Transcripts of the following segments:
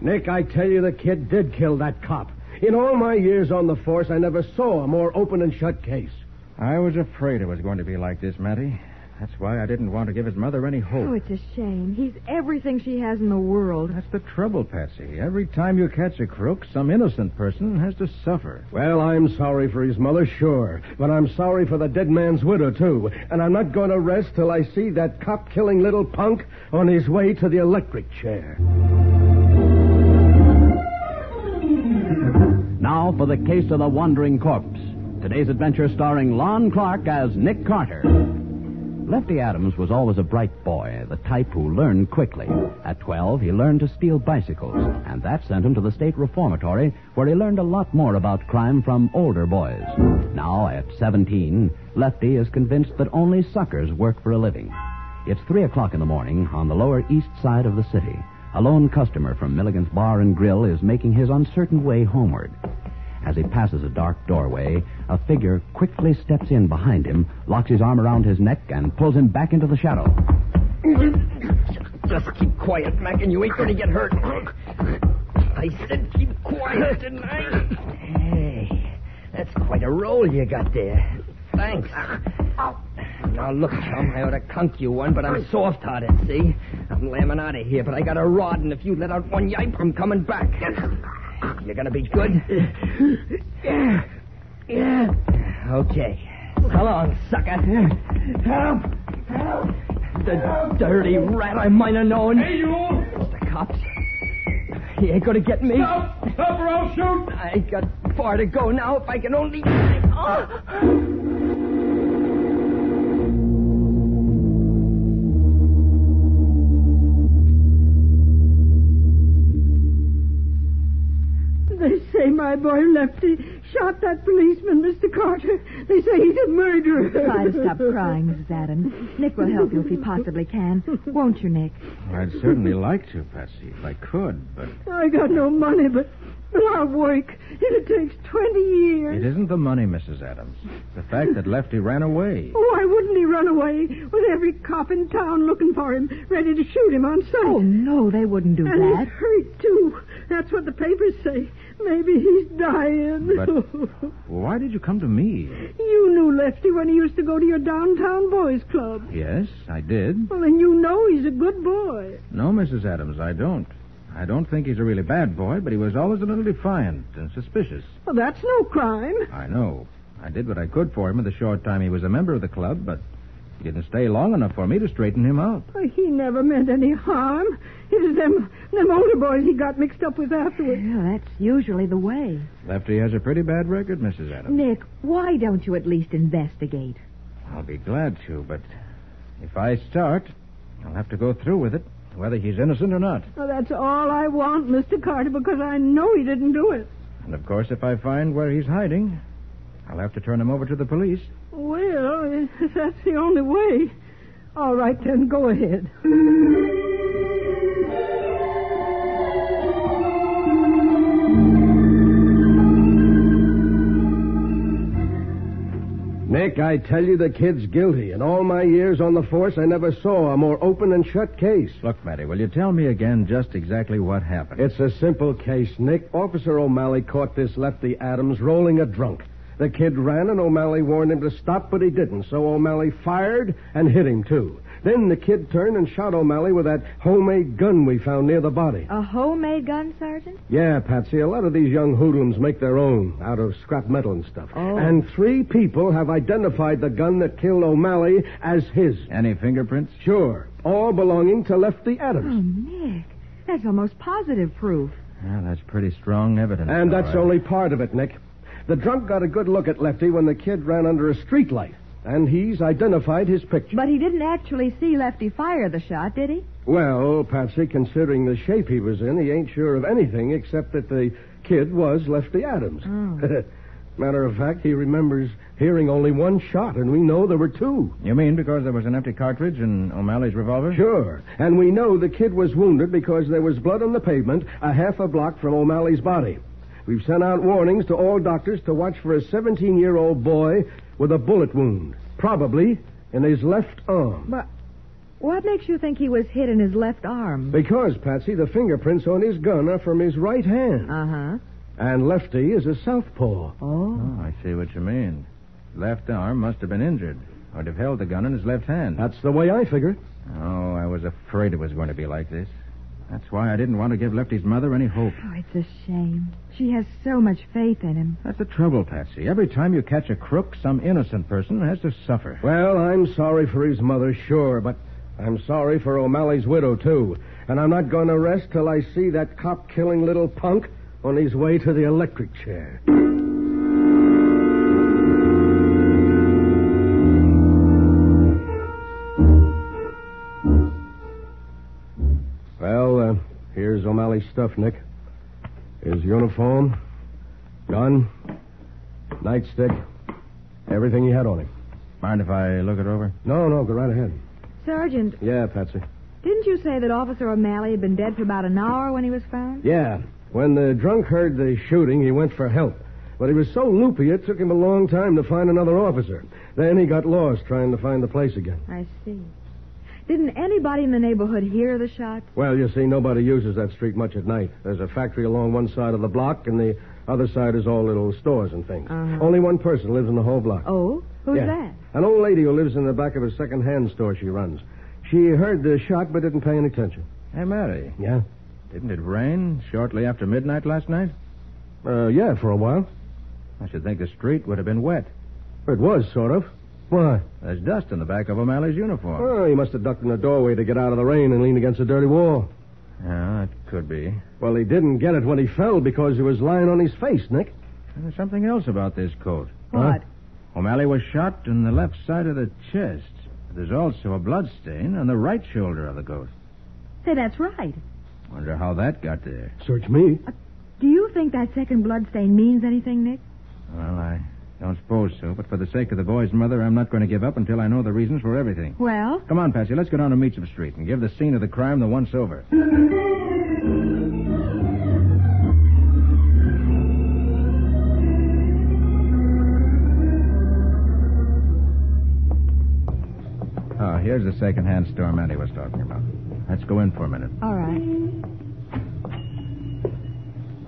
Nick, I tell you, the kid did kill that cop. In all my years on the force, I never saw a more open and shut case. I was afraid it was going to be like this, Matty. That's why I didn't want to give his mother any Oh, hope. it's a shame. He's everything she has in the world. That's the trouble, Patsy. Every time you catch a crook, some innocent person has to suffer. Well, I'm sorry for his mother, sure. But I'm sorry for the dead man's widow, too. And I'm not going to rest till I see that cop killing little punk on his way to the electric chair. Now for the case of the wandering corpse. Today's adventure starring Lon Clark as Nick Carter. Lefty Adams was always a bright boy, the type who learned quickly. At 12, he learned to steal bicycles, and that sent him to the state reformatory, where he learned a lot more about crime from older boys. Now, at 17, Lefty is convinced that only suckers work for a living. It's 3 o'clock in the morning on the lower east side of the city. A lone customer from Milligan's Bar and Grill is making his uncertain way homeward. As he passes a dark doorway, a figure quickly steps in behind him, locks his arm around his neck, and pulls him back into the shadow. Just keep quiet, Mac, and you ain't going to get hurt. I said keep quiet, didn't I? Hey, that's quite a roll you got there. Thanks. Now, look, chum, I ought to conk you one, but I'm soft-hearted, see? I'm lamming out of here, but I got a rod, and if you let out one yipe, I'm coming back. You're going to be good? Yeah. Yeah. Okay. Come on, sucker. Help! Help! The dirty rat I might have known. Hey, you! The cops. He ain't gonna get me. Stop! Stop or I'll shoot! I got far to go now if I can only. Oh. They say my boy Lefty shot that policeman, Mr. Carter. They say he's a murderer. Try to stop crying, Mrs. Adams. Nick will help you if he possibly can. Won't you, Nick? I'd certainly like to, Patsy, if I could, but I got no money, but, but I'll work. If it takes 20 years. it isn't the money, Mrs. Adams. The fact that Lefty ran away. Why wouldn't he run away with every cop in town looking for him, ready to shoot him on sight? Oh, no, they wouldn't do and that. he's hurt, too. That's what the papers say. Maybe he's dying. But- Why did you come to me? you knew Lefty when he used to go to your downtown boys' club. Yes, I did. Well, then you know he's a good boy. No, Mrs. Adams, I don't. I don't think he's a really bad boy, but he was always a little defiant and suspicious. Well, that's no crime. I know. I did what I could for him in the short time he was a member of the club, but he didn't stay long enough for me to straighten him out. Why, He never meant any harm. It was them, them older boys he got mixed up with afterwards. Well, that's usually the way. Lefty has a pretty bad record, Mrs. Adams. Nick, why don't you at least investigate? I'll be glad to, but if I start, I'll have to go through with it, whether he's innocent or not. Well, that's all I want, Mr. Carter, because I know he didn't do it. And of course, if I find where he's hiding, I'll have to turn him over to the police. Well, if that's the only way. All right, then, go ahead. Nick, I tell you, the kid's guilty. In all my years on the force, I never saw a more open and shut case. Look, Matty, will you tell me again just exactly what happened? It's a simple case, Nick. Officer O'Malley caught this Lefty Adams rolling a drunk. The kid ran, and O'Malley warned him to stop, but he didn't. So O'Malley fired and hit him, too. Then the kid turned and shot O'Malley with that homemade gun we found near the body. A homemade gun, Sergeant? Yeah, Patsy, a lot of these young hoodlums make their own out of scrap metal and stuff. And three people have identified the gun that killed O'Malley as his. Any fingerprints? Sure, all belonging to Lefty Oh, Adams. Nick, that's almost positive proof. Well, that's pretty strong evidence. And all that's right. only part of it, Nick. The drunk got a good look at Lefty when the kid ran under a streetlight. And he's identified his picture. But he didn't actually see Lefty fire the shot, did he? Well, Patsy, considering the shape he was in, he ain't sure of anything except that the kid was Lefty Adams. Oh. Matter of fact, he remembers hearing only one shot, and we know there were two. You mean because there was an empty cartridge in O'Malley's revolver? Sure. And we know the kid was wounded because there was blood on the pavement a half a block from O'Malley's body. We've sent out warnings to all doctors to watch for a 17 year old boy with a bullet wound, probably in his left arm. But what makes you think he was hit in his left arm? Because, Patsy, the fingerprints on his gun are from his right hand. Uh huh. And Lefty is a southpaw. Oh. Oh, I see what you mean. Left arm must have been injured. Or would have held the gun in his left hand. That's the way I figure it. Oh, I was afraid it was going to be like this. That's why I didn't want to give Lefty's mother any hope. Oh, it's a shame. She has so much faith in him. That's the trouble, Patsy. Every time you catch a crook, some innocent person has to suffer. Well, I'm sorry for his mother, sure, but I'm sorry for O'Malley's widow, too. And I'm not going to rest till I see that cop killing little punk on his way to the electric chair. Well, uh, here's O'Malley's stuff, Nick. His uniform, gun, nightstick, everything he had on him. Mind if I look it over? No, no, go right ahead. Sergeant, Yeah, Patsy. didn't you say that Officer O'Malley had been dead for about an hour when he was found? Yeah. When the drunk heard the shooting, he went for help. But he was so loopy, it took him a long time to find another officer. Then he got lost trying to find the place again. I see. Didn't anybody in the neighborhood hear the shot? Well, you see, nobody uses that street much at night. There's a factory along one side of the block, and the other side is all little stores and things. Uh-huh. Only one person lives in the whole block. Oh, who's Yeah. that? An old lady who lives in the back of a second-hand store she runs. She heard the shot but didn't pay any attention. Hey, Mary, Yeah? didn't it rain shortly after midnight last night? Uh, yeah, for a while. I should think the street would have been wet. It was, sort of. Why? There's dust in the back of O'Malley's uniform. Oh, he must have ducked in the doorway to get out of the rain and leaned against a dirty wall. Yeah, it could be. Well, he didn't get it when he fell because he was lying on his face, Nick. And there's something else about this coat. What? O'Malley was shot in the left side of the chest. There's also a blood stain on the right shoulder of the coat. Say, that's right. Wonder how that got there. Search me. Do you think that second bloodstain means anything, Nick? Well, I don't suppose so, but for the sake of the boy's mother, I'm not going to give up until I know the reasons for everything. Well, Come on, Patsy, let's go down to Meacham Street and give the scene of the crime the once over. Ah, here's the second-hand store Manny was talking about. Let's go in for a minute. all right.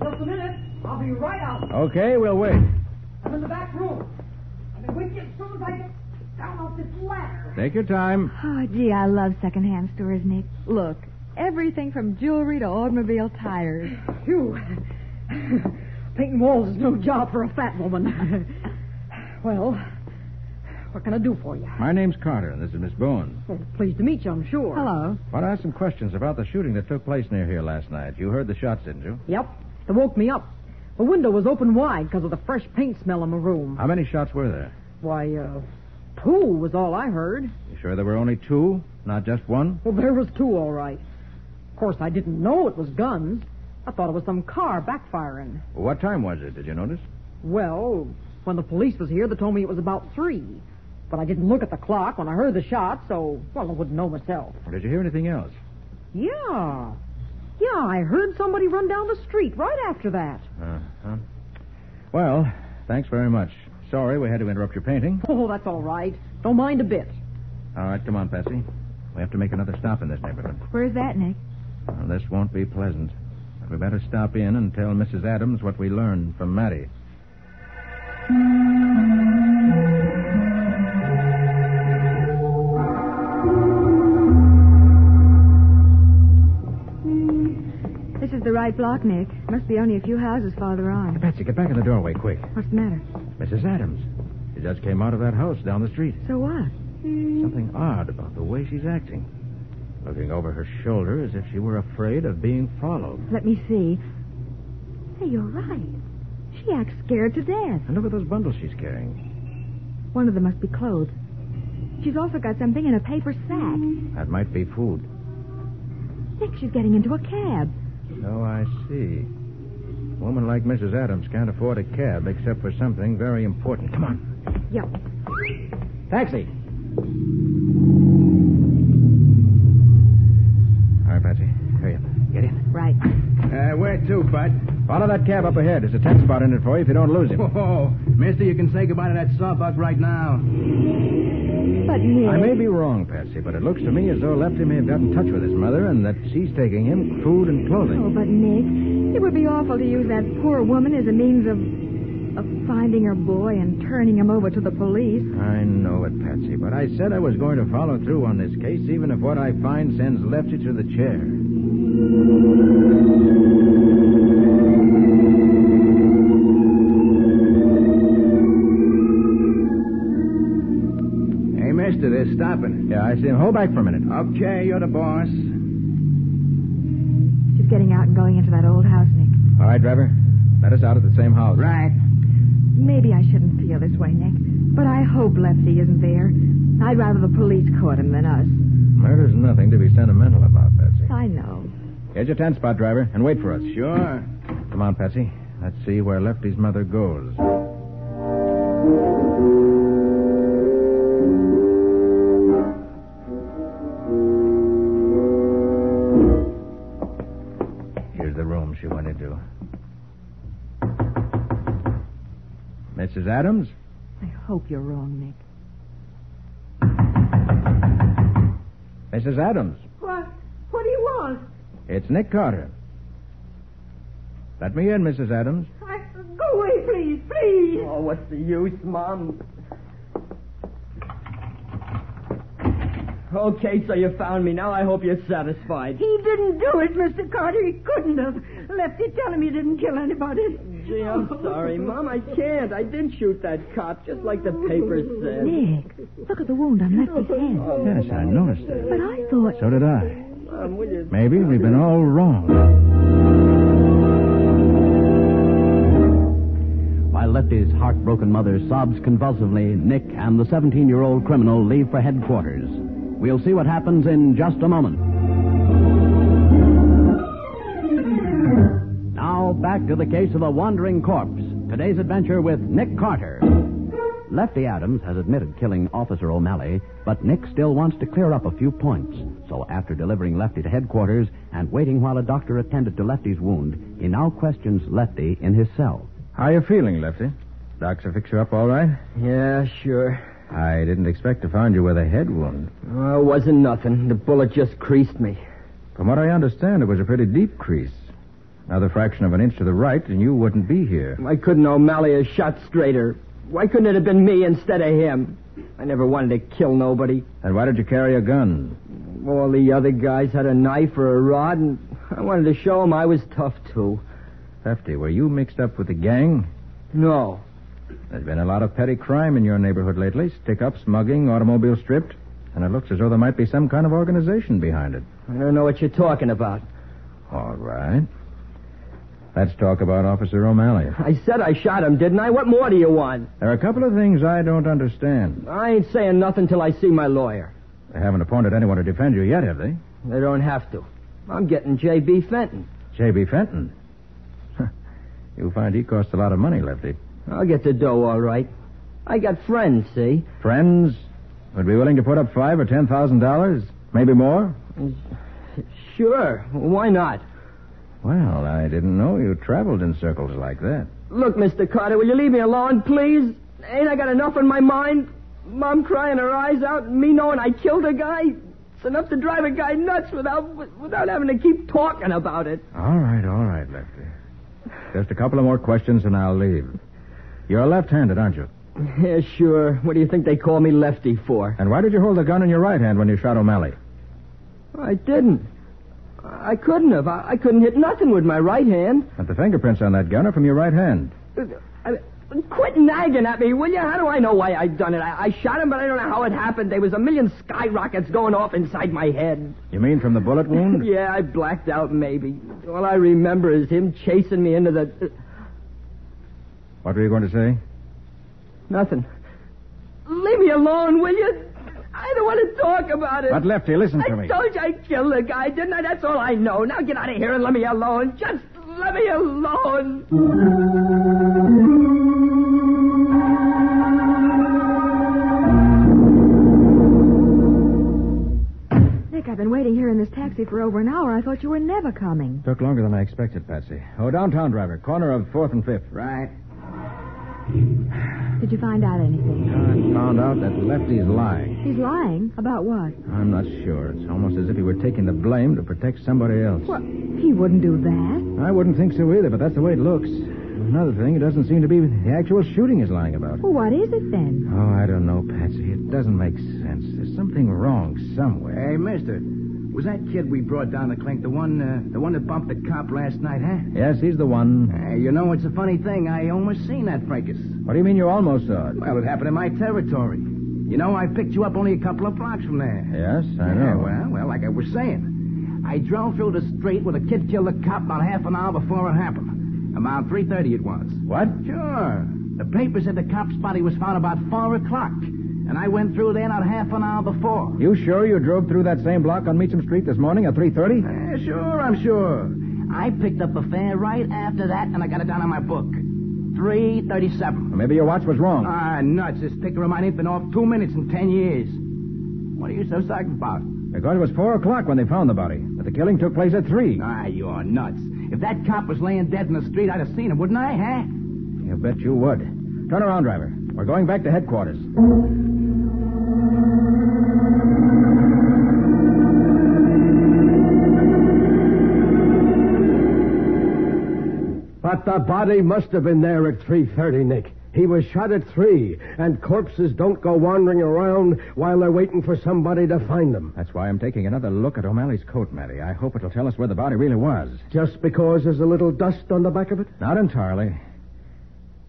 Just a minute. I'll be right out. Okay, we'll wait. I'm in the back room. I've been with you as soon as I get down off this ladder. Take your time. Oh, gee, I love secondhand stores, Nick. Look, everything from jewelry to automobile tires. Phew. Painting walls is no job for a fat woman. well, what can I do for you? My name's Carter, and this is Miss Bowen. Well, pleased to meet you, I'm sure. Hello. Want to ask some questions about the shooting that took place near here last night? You heard the shots, didn't you? Yep. They woke me up. The window was open wide because of the fresh paint smell in my room. How many shots were there? Why, uh, two was all I heard. You sure there were only two, not just one? Well, there was two, all right. Of course, I didn't know it was guns. I thought it was some car backfiring. What time was it? Did you notice? Well, when the police was here, they told me it was about three. But I didn't look at the clock when I heard the shot, so, well, I wouldn't know myself. Or did you hear anything else? Yeah. Yeah, I heard somebody run down the street right after that. Uh-huh. Well, thanks very much. Sorry we had to interrupt your painting. Oh, that's all right. Don't mind a bit. All right, come on, Patsy. We have to make another stop in this neighborhood. Where's that, Nick? Well, this won't be pleasant. We better stop in and tell Mrs. Adams what we learned from Mattie. This is the right block, Nick. Must be only a few houses farther on. Patsy, get back in the doorway quick. What's the matter? Mrs. Adams. She just came out of that house down the street. So what? Something odd about the way she's acting. Looking over her shoulder as if she were afraid of being followed. Let me see. Hey, you're right. She acts scared to death. And look at those bundles she's carrying. One of them must be clothes. She's also got something in a paper sack. That might be food. Nick, she's getting into a cab. Oh, I see. A woman like Mrs. Adams can't afford a cab except for something very important. Come on. Yep. Taxi. All right, Patsy. Hurry up. Get in. Right. Uh, where to, Bud? Follow that cab up ahead. There's a tax spot in it for you if you don't lose him. Oh, mister, you can say goodbye to that sawbuck right now. But Nick. I may be wrong, Patsy, but it looks to me as though Lefty may have got in touch with his mother and that she's taking him food and Oh, clothing. but Nick, it would be awful to use that poor woman as a means of of finding her boy and turning him over to the police. I know it, Patsy, but I said I was going to follow through on this case, even if what I find sends Lefty to the chair. Hey, mister, they're stopping. Yeah, I see him. Hold back for a minute. Okay, you're the boss. She's getting out and going into that old house, Nick. All right, driver. Let us out at the same house. Right. Maybe I shouldn't feel this way, Nick, but I hope Lefty isn't there. I'd rather the police caught him than us. Murder's nothing to be sentimental about, Patsy. I know. Get your ten spot, driver, and wait for us. Sure. Come on, Patsy. Let's see where Lefty's mother goes. Here's the room she went into. Mrs. Adams? I hope you're wrong, Nick. Mrs. Adams, What? What do you want? it's Nick Carter. Let me in, Mrs. Adams. I, go away, please, please. Oh, what's the use, Mom? Okay, so you found me. Now I hope you're satisfied. He didn't do it, Mr. Carter. He couldn't have. Lefty, tell him he didn't kill anybody. Gee, I'm sorry, Mom. I can't. I did shoot that cop, just like the papers said. Nick, look at the wound on Lefty's hand. Yes, I noticed that. But I thought. So did I. Mom, will you? Maybe we've been all wrong. While Lefty's heartbroken mother sobs convulsively, Nick and the 17 year old criminal leave for headquarters. We'll see what happens in just a moment. Now, back to the case of the wandering corpse. Today's adventure with Nick Carter. Lefty Adams has admitted killing Officer O'Malley, but Nick still wants to clear up a few points. So, after delivering Lefty to headquarters and waiting while a doctor attended to Lefty's wound, he now questions Lefty in his cell. How you feeling, Lefty? Docs will fix you up all right? Yeah, sure. I didn't expect to find you with a head wound. Oh, it wasn't nothing. The bullet just creased me. From what I understand, it was a pretty deep crease. Another fraction of an inch to the right, and you wouldn't be here. Why couldn't O'Malley have shot straighter? Why couldn't it have been me instead of him? I never wanted to kill nobody. Then why did you carry a gun? All the other guys had a knife or a rod, and I wanted to show 'em I was tough, too. Lefty, were you mixed up with the gang? No. There's been a lot of petty crime in your neighborhood lately stick up, smuggling, automobile stripped. And it looks as though there might be some kind of organization behind it. I don't know what you're talking about. All right. Let's talk about Officer O'Malley. I said I shot him, didn't I? What more do you want? There are a couple of things I don't understand. I ain't saying nothing till I see my lawyer. They haven't appointed anyone to defend you yet, have they? They don't have to. I'm getting J.B. Fenton. J.B. Fenton. You'll find he costs a lot of money, Lefty. I'll get the dough all right. I got friends, see? Friends would be willing to put up five or ten thousand dollars, maybe more. Sure, why not? Well, I didn't know you traveled in circles like that. Look, Mr. Carter, will you leave me alone, please? Ain't I got enough on my mind? Mom crying her eyes out, and me knowing I killed a guy. It's enough to drive a guy nuts without without having to keep talking about it. All right, all right, Lefty. Just a couple of more questions and I'll leave. You're left-handed, aren't you? Yeah, sure. What do you think they call me Lefty for? And why did you hold the gun in your right hand when you shot O'Malley? I didn't. I couldn't have. I, I couldn't hit nothing with my right hand. But the fingerprints on that gun are from your right hand. I, quit nagging at me, will you? How do I know why I done it? I, I shot him, but I don't know how it happened. There was a million skyrockets going off inside my head. You mean from the bullet wound? Yeah, I blacked out, maybe. All I remember is him chasing me into the. What were you going to say? Nothing. Leave me alone, will you? I- I don't want to talk about it. But, Lefty, listen to I me. told you I killed the guy, didn't I? That's all I know. Now get out of here and let me alone. Just let me alone. Nick, I've been waiting here in this taxi for over an hour. I thought you were never coming. Took longer than I expected, Patsy. Oh, downtown driver, corner of 4th and 5th. Right. Did you find out anything? I found out that Lefty's lying. He's lying. About what? I'm not sure. It's almost as if he were taking the blame to protect somebody else. Well, he wouldn't do that. I wouldn't think so either, but that's the way it looks. Another thing, it doesn't seem to be the actual shooting he's lying about. Well, what is it then? Oh, I don't know, Patsy. It doesn't make sense. There's something wrong somewhere. Hey, mister. Was that kid we brought down the clink the one uh, the one that bumped the cop last night, huh? Yes, he's the one. Hey, you know, it's a funny thing. I almost seen that fracas. What do you mean you almost saw it? Well, it happened in my territory. You know, I picked you up only a couple of blocks from there. Yes, I Yeah, know. well, well, like I was saying, I drove through the street with a kid killed a cop about half an hour before it happened. About 3.30 it was. What? Sure. The paper said the cop's body was found about 4 o'clock. And I went through there not half an hour before. You sure you drove through that same block on Meacham Street this morning at 3.30? Eh, sure, I'm sure. I picked up the fare right after that, and I got it down on my book. 337. Maybe your watch was wrong. Ah, nuts. This picture of mine ain't been off two minutes in ten years. What are you so psyched about? because it was 4 o'clock when they found the body, but the killing took place at 3. Ah, you're nuts. If that cop was laying dead in the street, I'd have seen him, wouldn't I, huh? You bet you would. Turn around, driver. We're going back to headquarters. But the body must have been there at 3.30, Nick. He was shot at 3, and corpses don't go wandering around while they're waiting for somebody to find them. That's why I'm taking another look at O'Malley's coat, Matty. I hope it'll tell us where the body really was. Just because there's a little dust on the back of it? Not entirely.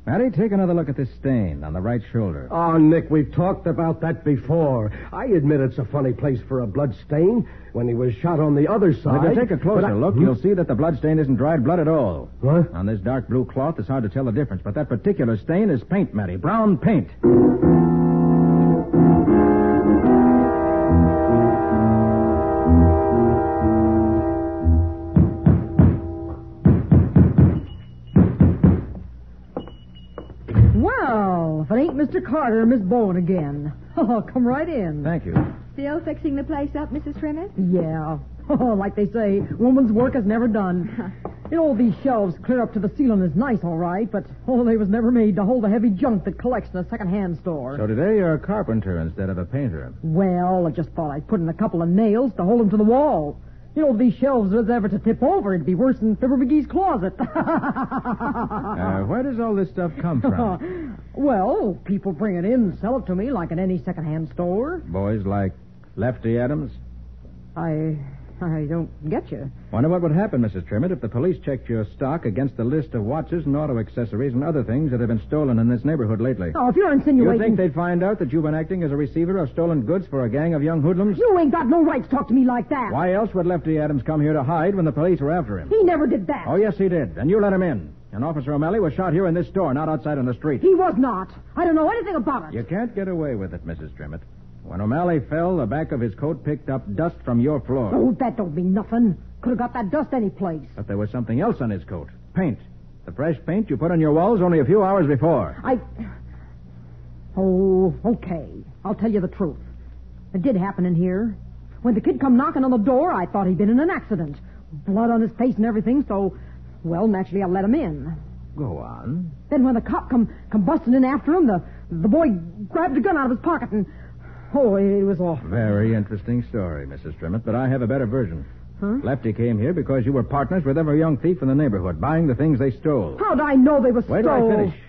Matty, take another look at this stain on the right shoulder. Oh, Nick, we've talked about that before. I admit it's a funny place for a blood stain when he was shot on the other Well, side. if you take a closer but I- look, Hmm? you'll see that the blood stain isn't dried blood at all. What? On this dark blue cloth, it's hard to tell the difference, but that particular stain is paint, Matty. Brown paint. Well, if it ain't Mr. Carter, Miss Bowen again. Oh, come right in. Thank you. Still fixing the place up, Mrs. Trimmett? Yeah. Oh, like they say, woman's work is never done. You know, these shelves clear up to the ceiling is nice, all right, but oh, they was never made to hold the heavy junk that collects in a second-hand store. So today you're a carpenter instead of a painter. Well, I just thought I'd put in a couple of nails to hold 'em to the wall. You know, if these shelves was ever to tip over, it'd be worse than Fibber McGee's closet. Uh, where does all this stuff come from? well, people bring it in and sell it to me like in any second-hand store. Boys like Lefty Adams? I, I don't get you. Wonder what would happen, Mrs. Trimmett, if the police checked your stock against the list of watches and auto accessories and other things that have been stolen in this neighborhood lately. Oh, if you're You insinuating... think they'd find out that you've been acting as a receiver of stolen goods for a gang of young hoodlums? You ain't got no right to talk to me like that. Why else would Lefty Adams come here to hide when the police were after him? He never did that. Oh, yes, he did. And you let him in. And Officer O'Malley was shot here in this store, not outside on the street. He was not. I don't know anything about it. You can't get away with it, Mrs. Trimmett. When O'Malley fell, the back of his coat picked up dust from your floor. Oh, that don't mean nothing. Could have got that dust any place. But there was something else on his coat. Paint. The fresh paint you put on your walls only a few hours before. I. Oh, okay. I'll tell you the truth. It did happen in here. When the kid come knocking on the door, I thought he'd been in an accident. Blood on his face and everything, so, well, naturally I let him in. Go on. Then when the cop come, come busting in after him, the, the boy grabbed a gun out of his pocket and, oh, it, it was awful. Very interesting story, Mrs. Trimmett, but I have a better version. Huh? Lefty came here because you were partners with every young thief in the neighborhood, buying the things they stole. How'd I know they was Wait till stole? I finish.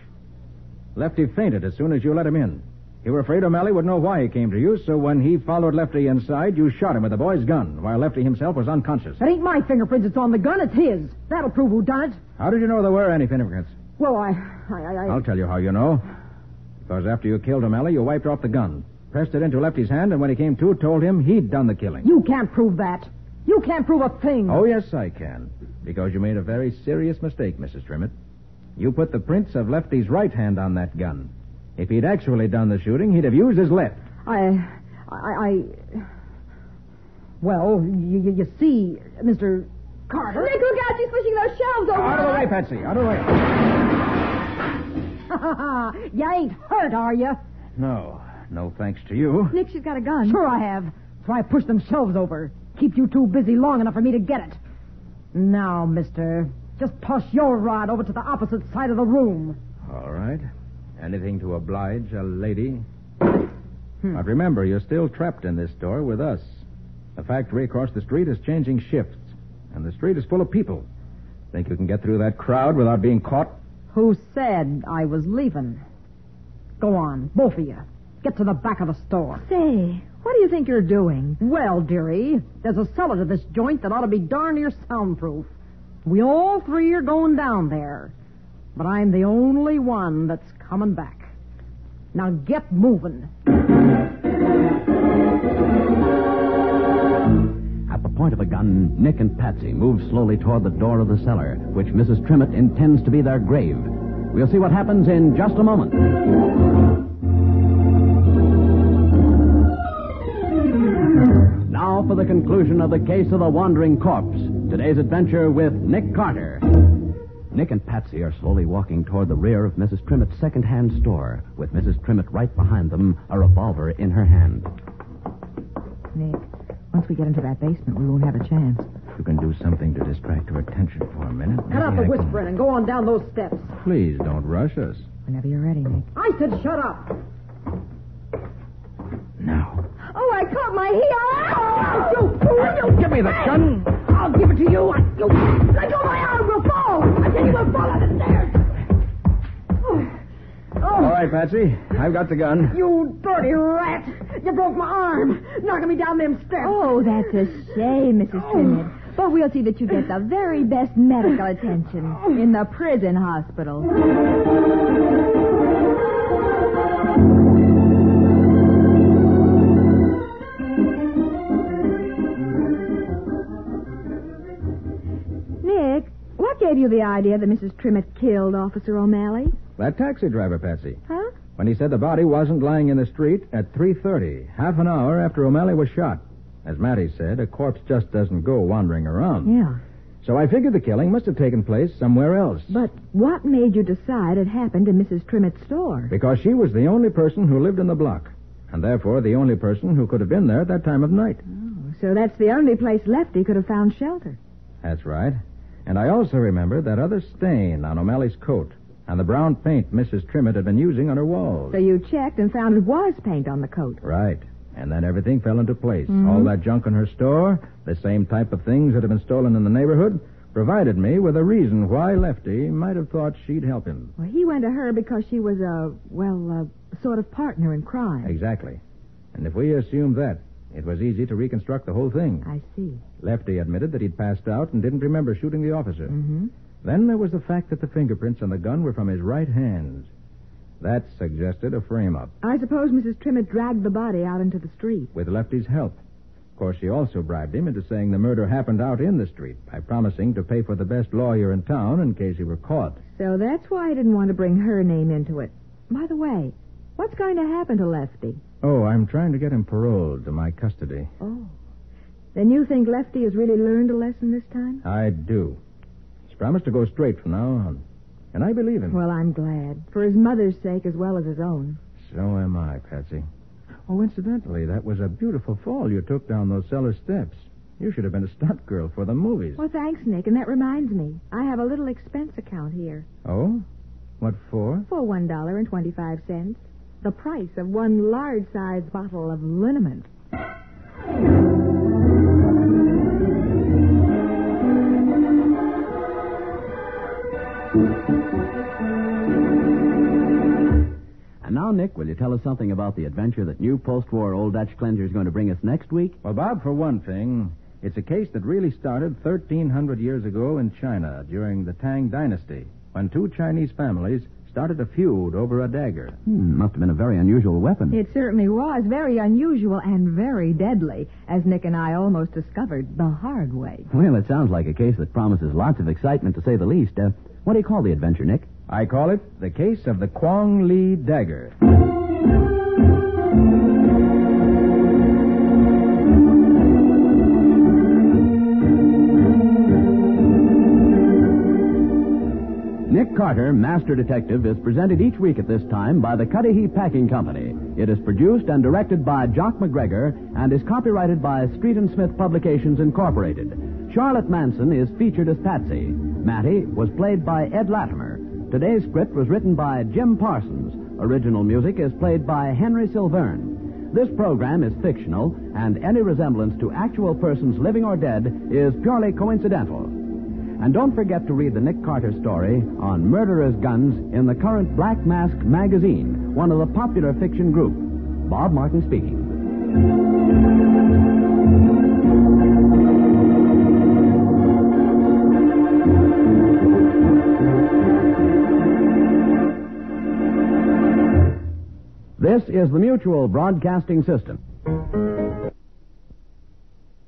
Lefty fainted as soon as you let him in. You were afraid O'Malley would know why he came to you, so when he followed Lefty inside, you shot him with the boy's gun, while Lefty himself was unconscious. It ain't my fingerprints that's on the gun, it's his. That'll prove who done it. How did you know there were any fingerprints? Well, I, I, I, I I'll tell you how you know. Because after you killed O'Malley, you wiped off the gun, pressed it into Lefty's hand, and when he came to, told him he'd done the killing. you can't prove that. You can't prove a thing. Oh, yes, I can. Because you made a very serious mistake, Mrs. Trimmett. You put the prints of Lefty's right hand on that gun. If he'd actually done the shooting, he'd have used his left. I, I. I well, you, you, you see, Mr. Carter. Nick, look out. She's pushing those shelves over. Out of the way, Patsy. Out of the way. you ain't hurt, are you? No. No thanks to you. Nick, she's got a gun. Sure I have. That's why I pushed them shelves over. Keep you two busy long enough for me to get it. Now, mister, just toss your rod over to the opposite side of the room. All right. Anything to oblige a lady. But remember, you're still trapped in this store with us. The factory across the street is changing shifts, and the street is full of people. Think you can get through that crowd without being caught? Who said I was leaving? Go on, both of you. Get to the back of the store. Say, what do you think you're doing? Well, dearie, there's a cellar to this joint that ought to be darn near soundproof. We all three are going down there, but I'm the only one that's coming back. Now get moving. At the point of a gun, Nick and Patsy move slowly toward the door of the cellar, which Mrs. Trimmett intends to be their grave. We'll see what happens in just a moment. Now for the conclusion of the case of the wandering corpse. Today's adventure with Nick Carter. Nick and Patsy are slowly walking toward the rear of Mrs. Trimmett's second-hand store, with Mrs. Trimmett right behind them, a revolver in her hand. Nick, once we get into that basement, we won't have a chance. You can do something to distract her attention for a minute. Cut out the whispering and go on down those steps. Please don't rush us. Whenever you're ready, Nick. I said shut up. Now. Oh, I caught my heel. You fool, you Give me the gun! I'll give it to you. I, you let go of my arm. We'll fall. I said you will fall on the stairs. All right, Patsy. I've got the gun. You dirty rat! You broke my arm, knocking me down them steps. Oh, That's a shame, Mrs. Trimmett. But we'll see that you get the very best medical attention in the prison hospital. Nick, what gave you the idea that Mrs. Trimmett killed Officer O'Malley? That taxi driver, Patsy. Huh? When he said the body wasn't lying in the street at 3.30, half an hour after O'Malley was shot. As Matty said, a corpse just doesn't go wandering around. Yeah. So I figured the killing must have taken place somewhere else. But what made you decide it happened in Mrs. Trimmett's store? Because she was the only person who lived in the block, and therefore the only person who could have been there at that time of night. So that's the only place Lefty could have found shelter. That's right. And I also remember that other stain on O'Malley's coat and the brown paint Mrs. Trimmett had been using on her walls. So you checked and found it was paint on the coat. Right. And then everything fell into place. All that junk in her store, the same type of things that had been stolen in the neighborhood, provided me with a reason why Lefty might have thought she'd help him. Well, he went to her because she was a, well, a sort of partner in crime. Exactly. And if we assumed that, it was easy to reconstruct the whole thing. I see. Lefty admitted that he'd passed out and didn't remember shooting the officer. Mm-hmm. Then there was the fact that the fingerprints on the gun were from his right hand. That suggested a frame up I suppose Mrs. Trimmett dragged the body out into the street. with Lefty's help. Of course, she also bribed him into saying the murder happened out in the street by promising to pay for the best lawyer in town in case he were caught. So that's why I didn't want to bring her name into it. By the way, what's going to happen to Lefty? Oh, I'm trying to get him paroled to my custody. Oh. Then you think Lefty has really learned a lesson this time? I do. He's promised to go straight from now on. And I believe him. Well, I'm glad. For his mother's sake as well as his own. So am I, Patsy. Oh, incidentally, that was a beautiful fall you took down those cellar steps. You should have been a stunt girl for the movies. Well, thanks, Nick. And that reminds me, I have a little expense account here Oh? What for? for $1.25. The price of one large sized bottle of liniment. And now, Nick, will you tell us something about the adventure that new post-war Old Dutch cleanser is going to bring us next week? Well, Bob, for one thing, it's a case that really started 1,300 years ago in China during the Tang Dynasty when two Chinese families started a feud over a dagger. Hmm, must have been a very unusual weapon. It certainly was very unusual and very deadly, as Nick and I almost discovered the hard way. Well, it sounds like a case that promises lots of excitement, to say the least. Uh, what do you call the adventure, Nick? I call it the case of the Kwong Li dagger. Nick Carter, Master Detective, is presented each week at this time by the Cudahy Packing Company. It is produced and directed by Jock McGregor and is copyrighted by Street and Smith Publications Incorporated. Charlotte Manson is featured as Patsy. Mattie was played by Ed Latimer. Today's script was written by Jim Parsons. Original music is played by Henry Silverne. This program is fictional, and any resemblance to actual persons living or dead is purely coincidental. And don't forget to read the Nick Carter story on murderers' guns in the current Black Mask magazine, one of the popular fiction group. Bob Martin speaking. This is the Mutual Broadcasting System.